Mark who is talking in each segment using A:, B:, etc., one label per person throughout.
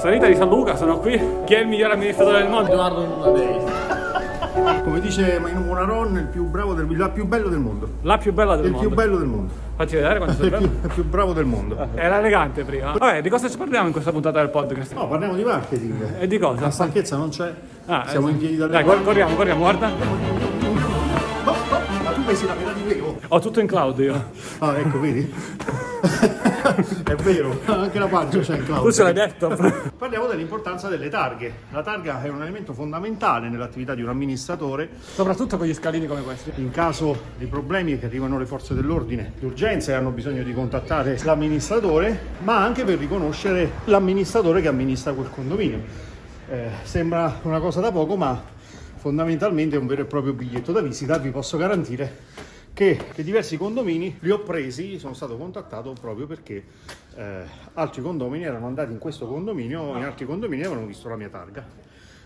A: San Luca, sono qui. Chi è il miglior amministratore del mondo?
B: Edoardo Nunadei.
C: Come dice Maino Monaron, il più bravo del la più bello del mondo.
A: La più bella del
C: il
A: mondo.
C: più bello del mondo.
A: Fatti vedere quanto sei
C: Il più,
A: bello.
C: il più bravo del mondo. No,
A: Era elegante prima. Vabbè, di cosa ci parliamo in questa puntata del podcast?
C: parliamo di marketing.
A: E di
C: La
A: cosa?
C: stanchezza non c'è.
A: Eh, Ah,
C: Siamo
A: eh,
C: in piedi dalle
A: Dai, cor- corriamo, corriamo, guarda.
C: No, no, ma tu pensi la vera di vero?
A: Ho tutto in cloud io.
C: Ah, ecco, vedi? È vero, anche la pancia c'è in
A: Tu ce l'hai
C: Claudio.
A: detto.
C: Parliamo dell'importanza delle targhe. La targa è un elemento fondamentale nell'attività di un amministratore
A: Soprattutto con gli scalini come questi.
C: In caso di problemi che arrivano le forze dell'ordine d'urgenza e hanno bisogno di contattare l'amministratore, ma anche per riconoscere l'amministratore che amministra quel condominio. Eh, sembra una cosa da poco, ma fondamentalmente è un vero e proprio biglietto da visita. Vi posso garantire che, che diversi condomini li ho presi, sono stato contattato proprio perché eh, altri condomini erano andati in questo condominio, in altri condomini avevano visto la mia targa.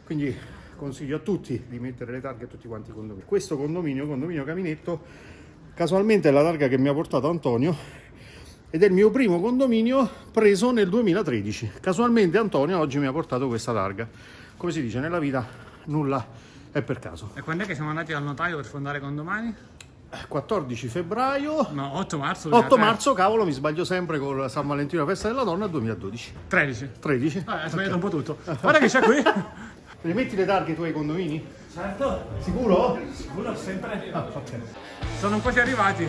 C: Quindi consiglio a tutti di mettere le targhe a tutti quanti i condomini. Questo condominio, condominio Caminetto, casualmente è la targa che mi ha portato Antonio ed è il mio primo condominio preso nel 2013. Casualmente Antonio oggi mi ha portato questa targa. Come si dice nella vita, nulla è per caso.
A: E quando è che siamo andati al notaio per fondare condomani?
C: 14 febbraio,
A: No, 8 marzo.
C: 8 marzo, cavolo, mi sbaglio sempre con la San Valentino, la festa della donna, 2012.
A: 13.
C: 13.
A: Vabbè, Ah, hai sbagliato un po' tutto. Guarda che c'è qui.
C: Le metti le targhe ai tuoi condomini?
A: Certo,
C: Sicuro?
A: sicuro, sempre.
C: Ah, va bene.
A: Sono quasi arrivati.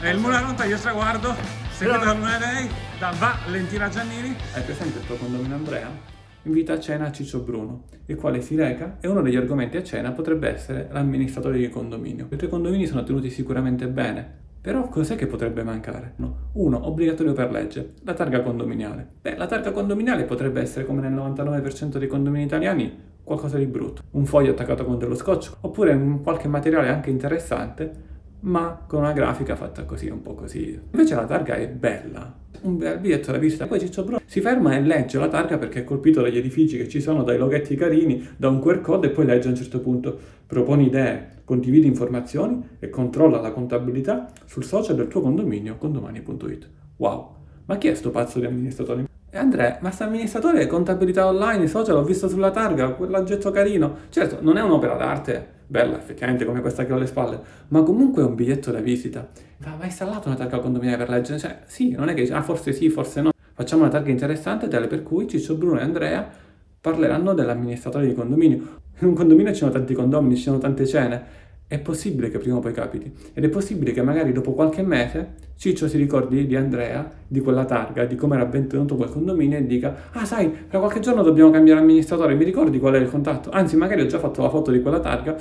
A: È il Mula Ronta, io traguardo, seguito da Mula Lei, da Valentina Giannini.
D: Hai presente il tuo condomino Andrea? Invita a cena Ciccio Bruno, il quale si reca e uno degli argomenti a cena potrebbe essere l'amministratore di condominio. I tuoi condomini sono tenuti sicuramente bene, però cos'è che potrebbe mancare? No. Uno, obbligatorio per legge, la targa condominiale. Beh, la targa condominiale potrebbe essere, come nel 99% dei condomini italiani, qualcosa di brutto. Un foglio attaccato con dello scotch, oppure un qualche materiale anche interessante, ma con una grafica fatta così, un po' così. Invece la targa è bella, un bel biglietto da visita. Poi Ciccio Bro si ferma e legge la targa perché è colpito dagli edifici che ci sono, dai loghetti carini, da un QR code e poi legge a un certo punto, proponi idee, condividi informazioni e controlla la contabilità sul social del tuo condominio condomani.it. Wow, ma chi è sto pazzo di amministratore? E Andrea, ma sta amministratore contabilità online, social, ho visto sulla targa, quell'oggetto carino. Certo, non è un'opera d'arte, bella effettivamente come questa che ho alle spalle, ma comunque è un biglietto da visita. Ma ma hai installato una targa condominiale per leggere? Cioè, sì, non è che dici, ah, forse sì, forse no. Facciamo una targa interessante, tale per cui Ciccio Bruno e Andrea parleranno dell'amministratore di condominio. In un condominio ci sono tanti condomini, ci sono tante cene. È possibile che prima o poi capiti. Ed è possibile che magari dopo qualche mese Ciccio si ricordi di Andrea, di quella targa, di come era benvenuto quel condominio e dica Ah sai, tra qualche giorno dobbiamo cambiare amministratore, mi ricordi qual è il contatto? Anzi, magari ho già fatto la foto di quella targa,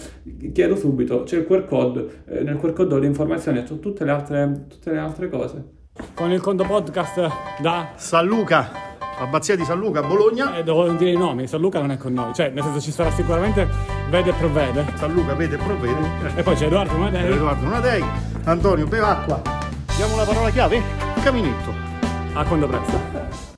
D: chiedo subito, c'è il QR code, eh, nel QR code ho le informazioni, ho tutte le altre, tutte le altre cose.
A: Con il conto podcast da...
C: San Luca, abbazia di San Luca, Bologna.
A: Eh, devo dire i nomi, San Luca non è con noi. Cioè, nel senso ci sarà sicuramente vede e provvede.
C: San Luca vede e
D: Eh.
C: provvede.
A: E poi c'è Edoardo Madei.
C: Edoardo Nadei, Antonio Bevacqua. Diamo la parola chiave? Caminetto.
A: A quando presto.